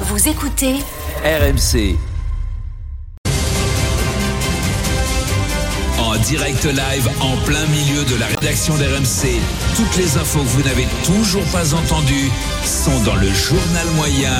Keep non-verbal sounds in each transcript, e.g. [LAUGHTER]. Vous écoutez RMC. En direct live, en plein milieu de la rédaction d'RMC, toutes les infos que vous n'avez toujours pas entendues sont dans le journal moyen.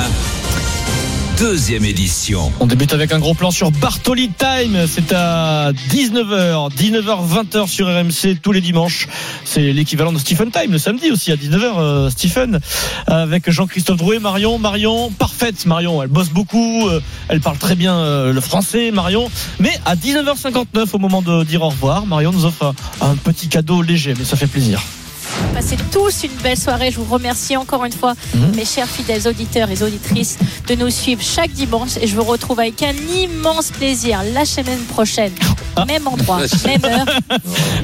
Deuxième édition. On débute avec un gros plan sur Bartoli Time. C'est à 19h, 19h, 20h sur RMC tous les dimanches. C'est l'équivalent de Stephen Time le samedi aussi à 19h, euh, Stephen, avec Jean-Christophe Drouet, Marion. Marion, parfaite, Marion. Elle bosse beaucoup, euh, elle parle très bien euh, le français, Marion. Mais à 19h59, au moment de dire au revoir, Marion nous offre un, un petit cadeau léger, mais ça fait plaisir. Passez tous une belle soirée. Je vous remercie encore une fois, mes chers fidèles auditeurs et auditrices, de nous suivre chaque dimanche. Et je vous retrouve avec un immense plaisir la semaine prochaine. Même endroit, même heure.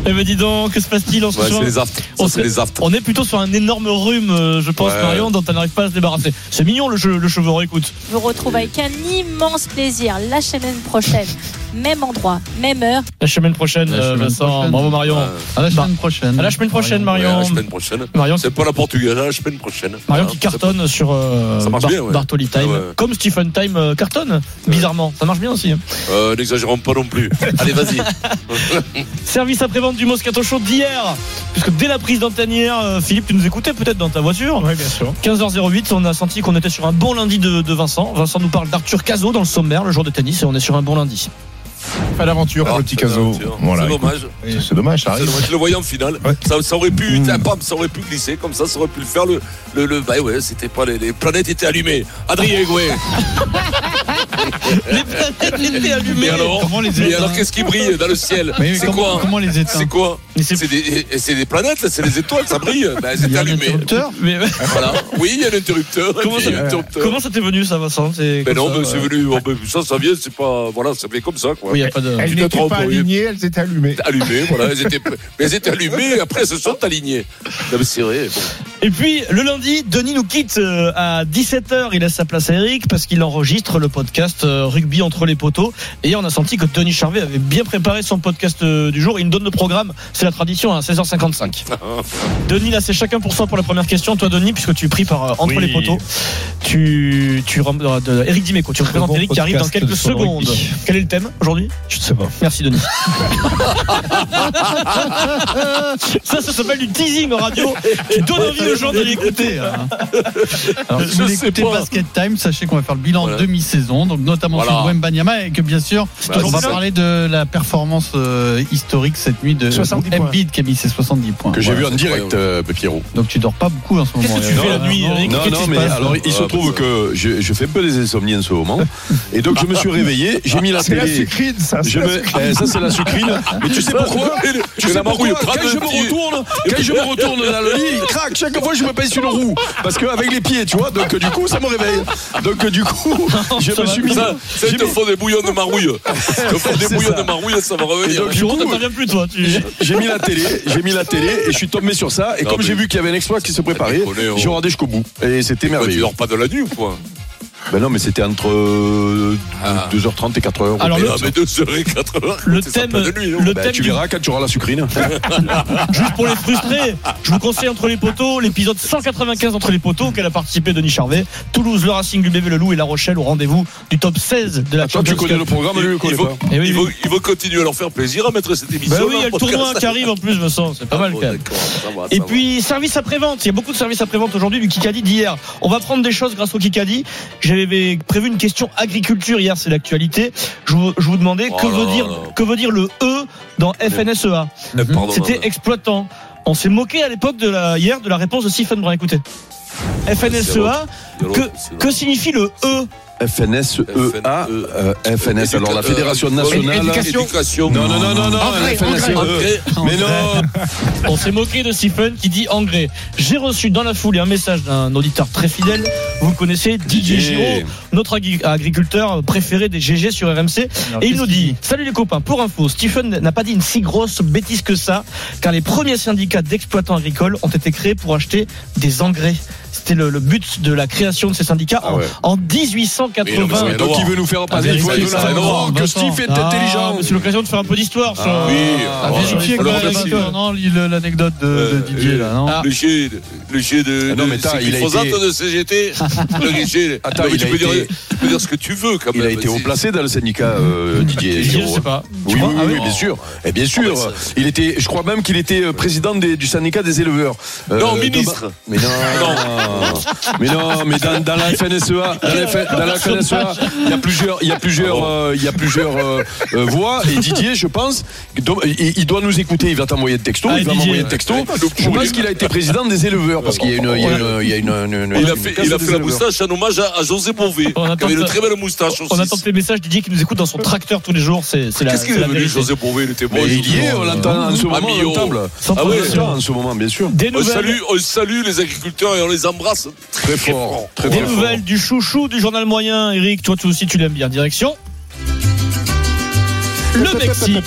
Eh ben dis donc, que se passe-t-il en ce Ouais, moment c'est les aftes. On, Ça, c'est se- les aftes. on est plutôt sur un énorme rhume, euh, je pense, Ouais. Marion, dont elle n'arrive pas à se débarrasser. C'est mignon le, che- le cheveu, écoute. Je vous retrouve avec un immense plaisir la semaine prochaine. Même endroit, même heure. La semaine prochaine, La euh, semaine Vincent. prochaine. Bravo Marion. Euh, À la Bah, semaine prochaine. à la semaine prochaine, ouais, Marion. la semaine prochaine. Marion, C'est pas la portugaise, hein, la semaine prochaine. Marion Hein, qui cartonne sur euh, Ça marche Bar- bien, ouais. Bartoli Time, Ah ouais. comme Stephen Time euh, cartonne, bizarrement. Ça marche bien aussi. hein. Euh, N'exagérons pas non plus. Allez, vas-y. Service après-vente du Moscato Show d'hier, puisque dès la prise d'antenne hier, euh, Philippe, tu nous écoutais peut-être dans ta voiture. Oui, bien sûr. 15h08, on a senti qu'on était sur un bon lundi de, de Vincent. Vincent nous parle d'Arthur Cazot dans le sommaire, le jour de tennis, et on est sur un bon [LAUGHS] lundi. Pas l'aventure Ah, pour le petit c'est caso. l'aventure. Voilà, c'est écoute, dommage. c'est c'est dommage, ça C'est arrive. dommage. Je le voyais en finale. Ouais. Ça, ça aurait pu, Mm. tiens, pam, ça aurait pu glisser comme ça, ça aurait pu le faire. Le, le, le- bah ouais, c'était pas les, les planètes étaient allumées. Adrien Egoué. Les planètes étaient allumées. Et alors, Comment les et éteindre alors qu'est-ce qui brille dans le ciel Mais C'est comment, quoi hein comment les éteindre C'est quoi Mais c'est- C'est des, et c'est des planètes, là, c'est des étoiles, ça brille. Ben, elles Il y étaient a un allumées. interrupteur Mais- Voilà. Oui, il y a un interrupteur. et Comment puis ça- il y a un interrupteur. comment ça t'est venu ça, Vincent C'est Mais comme non, ça, mais c'est euh, venu. oh, mais ça, ça vient, c'est pas. Voilà, ça vient comme ça, quoi. oui, y a pas de. Elles Tu te n'étaient trompes, pas oui. alignées, elles étaient allumées. allumées, voilà, elles étaient, mais elles étaient allumées et après elles se sont alignées. Non, mais c'est vrai. bon. Et puis le lundi, Denis nous quitte euh, à 17h. Il laisse sa place à Eric parce qu'il enregistre le podcast euh, Rugby entre les poteaux. Et on a senti que Denis Charvet avait bien préparé son podcast euh, du jour. Il nous donne le programme, c'est la tradition, hein, à 16h55. Ah, Denis, là, c'est chacun pour soi pour la première question. Toi, Denis, puisque tu es pris par euh, entre Oui. les poteaux, tu, tu rem- euh, de- Eric Dimeco, tu représentes bon Eric qui arrive dans podcast quelques sur le secondes. rugby. Quel est le thème aujourd'hui Je sais pas. Merci Denis. ça, ça s'appelle du teasing en radio. Tu donnes envie aux gens de l'écouter. hein. Alors, si Je vous sais écoutez pas. Basket Time, sachez qu'on va faire le bilan Voilà. demi-saison, donc notamment Voilà. sur Wembanyama et que bien sûr, Bah, on c'est va ça. parler de la performance euh, historique cette nuit de 70 points. Embiid qui a mis ses 70 points. que j'ai Ouais, vu en c'est direct, euh, Pierrot. Donc tu dors pas beaucoup en ce moment. Qu'est-ce que tu fais la nuit, Eric Non, Qu'est-ce qui non, se mais passe alors il se Ah, trouve bah, que je, je fais un peu des insomnies en ce moment. Et donc je me suis réveillé, j'ai mis la C'est la télé. sucrine, ça. c'est Je la Ah, me- sucrine. eh, ça c'est la sucrine. Mais [LAUGHS] tu sais pourquoi Tu fais sais la pourquoi marouille, Quand prends je un me petit- retourne, quand je me retourne dans le lit, crac, chaque fois je me pèse sur le roue. Parce qu'avec les pieds, tu vois, donc du coup ça me réveille. Donc du coup, je Ça me va. suis mis. Ça, ça j'ai ils te mis- font des bouillons [LAUGHS] de marouille. Ils te font des C'est bouillons ça. de marouille, ça va Et revenir. donc, Tu du coup, reviens plus, toi. Tu... J'ai- J'ai mis la télé, j'ai mis la télé et je suis tombé sur ça. Et Non, comme mais- j'ai vu qu'il y avait un exploit qui se préparait, déconne, oh. j'ai regardé jusqu'au bout. Et c'était ah Bah, tu merveilleux. dors pas de la nuit ou quoi Ben non, mais c'était entre euh, Ah. 2h30 et 4h. Alors, Mais le- non, mais 2h et 4h. Le thème, le thème Bah, tu du- verras quand tu auras la sucrine. juste pour les frustrer, je vous conseille entre les poteaux, l'épisode 195 entre les poteaux auquel a participé Denis Charvet. Toulouse, le Racing, l'UBB, le Loup et La Rochelle au rendez-vous du top 16 Ah, de la Toi, tu Champions Cup. connais le programme, lui, il le connaît il faut, pas. Eh oui, il oui. faut- il faut continuer à leur faire plaisir à mettre cette émission. Bah oui, il y a dans le tournoi podcast. Ah qui arrive en plus, me sens. C'est pas mal Bon, quand même. d'accord, ça va, Et ça va. puis service après-vente, il y a beaucoup de services après-vente aujourd'hui du Kikadi d'hier. On va prendre des choses grâce au Kikadi. J'avais prévu une question agriculture hier, c'est l'actualité. Je vous, je vous demandais Oh que là veut là dire là. que veut dire le E dans FNSEA. Eh, pardon, Mhm. C'était hein. exploitant. On s'est moqué à l'époque de la hier de la réponse de Stephen Brun. Écoutez. C'est FNSEA, l'autre, c'est l'autre, c'est que l'autre. signifie le E FNSEA. euh, FNS, alors la Fédération Nationale. Euh, Éducation. Non, non, non, non, non. FNSEA. Engrais. Mais Ah, non. On s'est moqué de Stephen qui dit engrais. J'ai reçu dans la foulée un message d'un auditeur très fidèle. Vous le connaissez, Didier Giraud, notre agri- agriculteur préféré des GG sur RMC. Et il nous dit Salut les copains, pour info, Stephen n'a pas dit une si grosse bêtise que ça, car les premiers syndicats d'exploitants agricoles ont été créés pour acheter des engrais. C'était le, le but de la création de ces syndicats Ah en- ouais. en, Mais non, mais c'est 1880. vrai. Donc il veut nous faire passer. vérifier Il faut Ah, ça, nous Laurent, voir que Vincent. Steve est Ah, intelligent. mais C'est l'occasion de faire un peu d'histoire. sur- Oui, à voilà. vérifier Ah, Alors, quand même, merci. d'accord. Non, l'île- l'anecdote de, de Euh, Didier euh, là, non Le guichet, le guichet de. Ah non, mais de- attends, c'est il a Glyphosate été- de [LAUGHS] CGT. Le guichet. Attends, Non, mais il tu a peux été- dire- tu peux dire ce que tu veux quand même. Il a été haut C'est- placé dans le syndicat, euh, Didier. Je Giraud. sais pas. Oui, Tu oui, vois oui, Ah oui, ouais bien sûr. Et bien Ah, sûr, bah, il était. Je crois même qu'il était euh, président des- du syndicat des éleveurs. Euh, Non, de- ministre. Mais non, mais non, mais dans, dans la FNSEA, E dans la, F- dans la FNSEA, il y a plusieurs, il y a plusieurs, euh, il y a plusieurs euh, euh, voix. Et Didier, je pense, do- il, il doit nous écouter. Il va t'envoyer de texto. Ah, il va Didier. m'envoyer de texto. Je pense qu'il a été président des éleveurs parce qu'il y a une, il y a une, il y a une, une- une- Il a une fait, case il a des fait la éleveurs. moustache en hommage à, à José Bové, On qui attend avait une ça. très belle moustache aussi. On attend tes messages, Didier, qui nous écoute dans son tracteur tous les jours. C'est c'est la Qu'est-ce qu'il c'est est la devenu, vérité. José Bové Il était bon. Mais il y est, on l'entend en ce Ah, moment, Millot. on l'entend. Sans Ah oui, on transition. l'entend en ce moment, bien sûr. Des On nouvelles. salue, on salue les agriculteurs et on les embrasse très, Très fort, très Des très fort. nouvelles du chouchou du journal moyen, Eric. Toi, toi aussi, tu l'aimes bien. Direction. Le Mexique,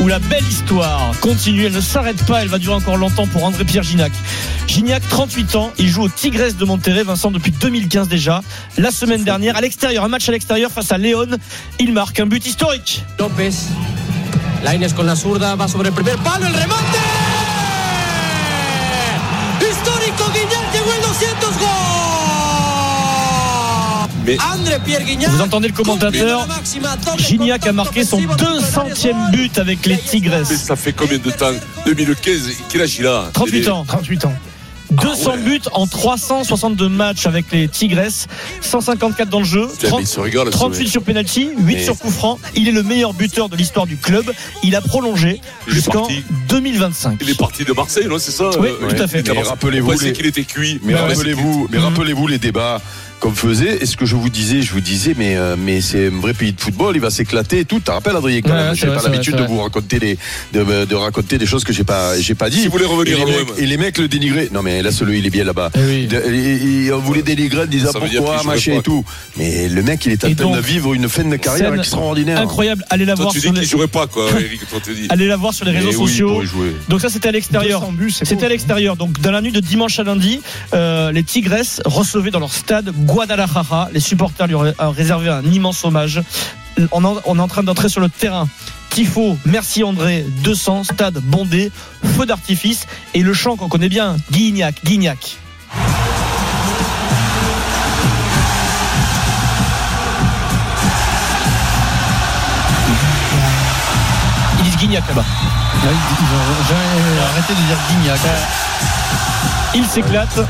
où la belle histoire continue, elle ne s'arrête pas, elle va durer encore longtemps pour André-Pierre Gignac. Gignac, 38 ans, il joue au Tigres de Monterrey, Vincent, depuis 2015 déjà. La semaine dernière, à l'extérieur, un match à l'extérieur face à Léon, il marque un but historique. López. Laines con la zurda va sobre el primer palo, el remate. Histórico Guiñac llegó el 200 gol. Mais- André Pierre Guiñac. Vous entendez le commentateur Gignac a marqué son 200e but avec les Tigres. Mais ça fait combien de temps 2015, quel âge il a 38 ans. 38 ans. 200 buts en 362 matchs avec les Tigresses, 154 dans le jeu, Putain, mais 30 il se régale, ce 38 mec. sur penalty, 8 Mais- sur coup franc. Il est le meilleur buteur de l'histoire du club. Il a prolongé Il est jusqu'en parti. 2025. Il est parti de Marseille, non C'est ça Oui, euh, tout à fait. il est à Mais Marseille. rappelez-vous On pensait les- qu'il était cuit. Mais Ouais, rappelez-vous, mais rappelez-vous les débats qu'on faisait. Et ce que je vous disais, je vous disais, mais euh, mais c'est un vrai pays de football, il va s'éclater. et Tout. T'as rappelles Adrien quand Ouais, même. c'est J'ai vrai, pas c'est vrai, l'habitude c'est de vrai. vous raconter les de, de raconter des choses que j'ai pas j'ai pas dit. Si vous voulez et, revenir à les l'OM. mecs, et les mecs le dénigraient. Non mais là celui il est bien là-bas. Eh oui. De- et- et on voulait dénigrer en disant Ça veut dire pourquoi qu'il joue machin pas. et tout. Mais le mec il est en Et train donc, de vivre une fin de carrière scène extraordinaire. Incroyable, allez la Toi, voir tu sur dis qu'il Eh les, jouerait pas, quoi, [LAUGHS] Eric. Toi, tu dis. allez la voir sur les Mais réseaux Eh oui, il sociaux. pourrait jouer. Donc ça c'était à l'extérieur. 200 buts, c'est C'était beau. à l'extérieur. Donc dans la nuit de dimanche à lundi, euh, les Tigresses recevaient dans leur stade Guadalajara. Les supporters lui auraient réservé un immense hommage. On, en- on est en train d'entrer sur le terrain. Tifo, merci André, 200, stade bondé, feu d'artifice et le chant qu'on connaît bien, Guignac, Guignac. Ils disent Guignac là-bas. Là, ils- ils ont jamais euh, arrêté de dire Guignac. Il s'éclate.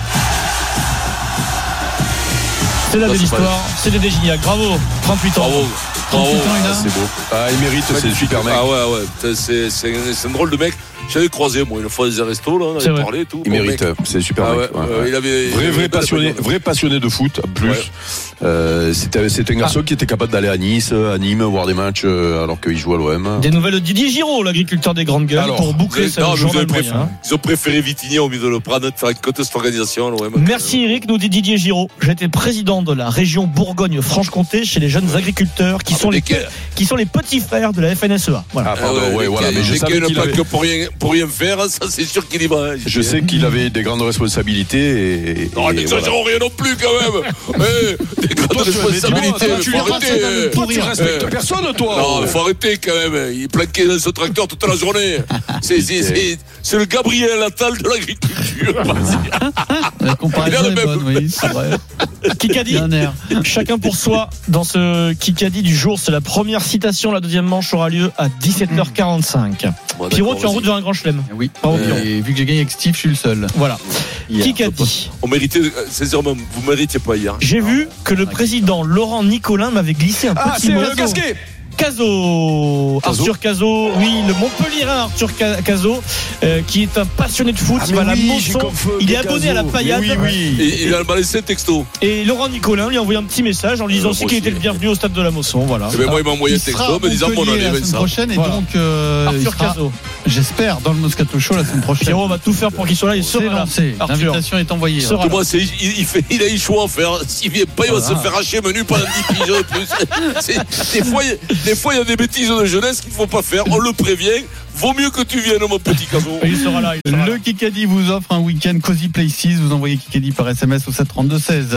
C'est la belle Ça, c'est pas histoire. C'est Dédé Gignac. Bravo. 38 ans. Bravo. Bravo. Ah, c'est beau. Ah, il mérite, c'est le super mec. Ah ouais, ouais. Putain, C'est c'est un, c'est un drôle de mec. J'avais croisé, moi, une fois dans un resto, là. On C'est avait vrai. parlé et tout. Il Bon, mérite, mec. c'est le super Ah ouais, mec. Ouais, euh, ouais. il avait. il Vrai, avait vrai pas hein. de passionné, bagnole. vrai passionné de foot, en plus. Ouais. Euh, c'était, c'était un garçon qui était capable d'aller à Nice, à Nîmes, voir des matchs euh, alors qu'il jouait à l'OM. Des nouvelles de Didier Giraud, l'agriculteur des grandes gueules, Alors, pour boucler Vous ce avez- non, mais vous journal avez préféré- moyen. hein. Ils ont préféré Vitigny au milieu de le prendre, de faire une coteuse cette organisation, l'OM. Merci Eric, nous dit Didier Giraud. J'étais président de la région Bourgogne-Franche-Comté chez les jeunes agriculteurs qui, Ah, sont mais les, dès qu'il y a- qui sont les petits frères de la FNSEA. E Voilà. Ah, pardon, ouais, voilà, mais je sais qu'il savais y en a qu'il pas avait, que pour rien, pour rien faire, ça c'est sûr qu'il y va. hein, je sais qu'il avait des grandes responsabilités et. et Non, voilà. n'exagérons rien non plus quand [LAUGHS] même. Eh, des grandes Toi, tu- responsabilités. mais toi, tu faut les rates arrêter. dans le euh. pot, tu respectes Euh, personne, toi. Non, faut arrêter quand même. Il planquait dans ce tracteur toute la [LAUGHS] journée. C'est, c'est, c'est, c'est le Gabriel Attal de [LAUGHS] l'agriculture. La Il a comparaison le est même- bonne, oui, [LAUGHS] c'est vrai. Il Kikadi, y a un air. [LAUGHS] chacun pour soi dans ce Kikadi du jour. C'est la première citation. La deuxième manche aura lieu à 17h45. Pierrot, Bon, Ah, d'accord, tu es en route vas-y. vers un grand chelem. Eh Ah, Oui. Bravo, Pierrot. Et vu que j'ai gagné avec Steve, je suis le seul. Voilà. Hier, Kikadi. On méritait, euh, sincèrement, vous méritiez pas hier. J'ai vu que Ah, le président Laurent Nicolin m'avait glissé un Ah, petit c'est mot. le casquet Cazot, Cazot. Arthur Cazot, oui, le Montpellierin Arthur Ca- Cazot, euh, qui est un passionné de foot, Ah, il va à la mais oui, j'ai Monson, confondu il est Caso. abonné à la Mais paillade. Oui, oui. Et il a laissé un texto. Ah, Et Laurent Nicolin lui a envoyé un petit message en lui disant Euh, aussi qu'il aussi. était le bienvenu au stade de la Mosson. Voilà. Et ben ah, moi, il m'a envoyé un Il sera texto à me disant bon, on Montpellier la enlève semaine ça. prochaine Eh et Voilà. donc euh, il Arthur sera, Cazot. j'espère, dans le Moscato Show la semaine prochaine. Pierrot va tout faire pour qu'il soit là et C'est sera là. lancé. Arthur L'invitation est envoyée. sera Pour là. moi, c'est, il, il fait, il a eu le choix à faire. S'il vient pas, il va se faire hacher menu par un petit pigeon [LAUGHS] de plus. C'est- des fois, il y a- des fois, il y a des bêtises de jeunesse qu'il faut pas faire. On le prévient. Vaut mieux que tu viennes, mon petit cadeau. Il sera là. il sera là. Le Kikadi vous offre un week-end Cozy Places. Vous envoyez Kikadi par SMS au 732 16.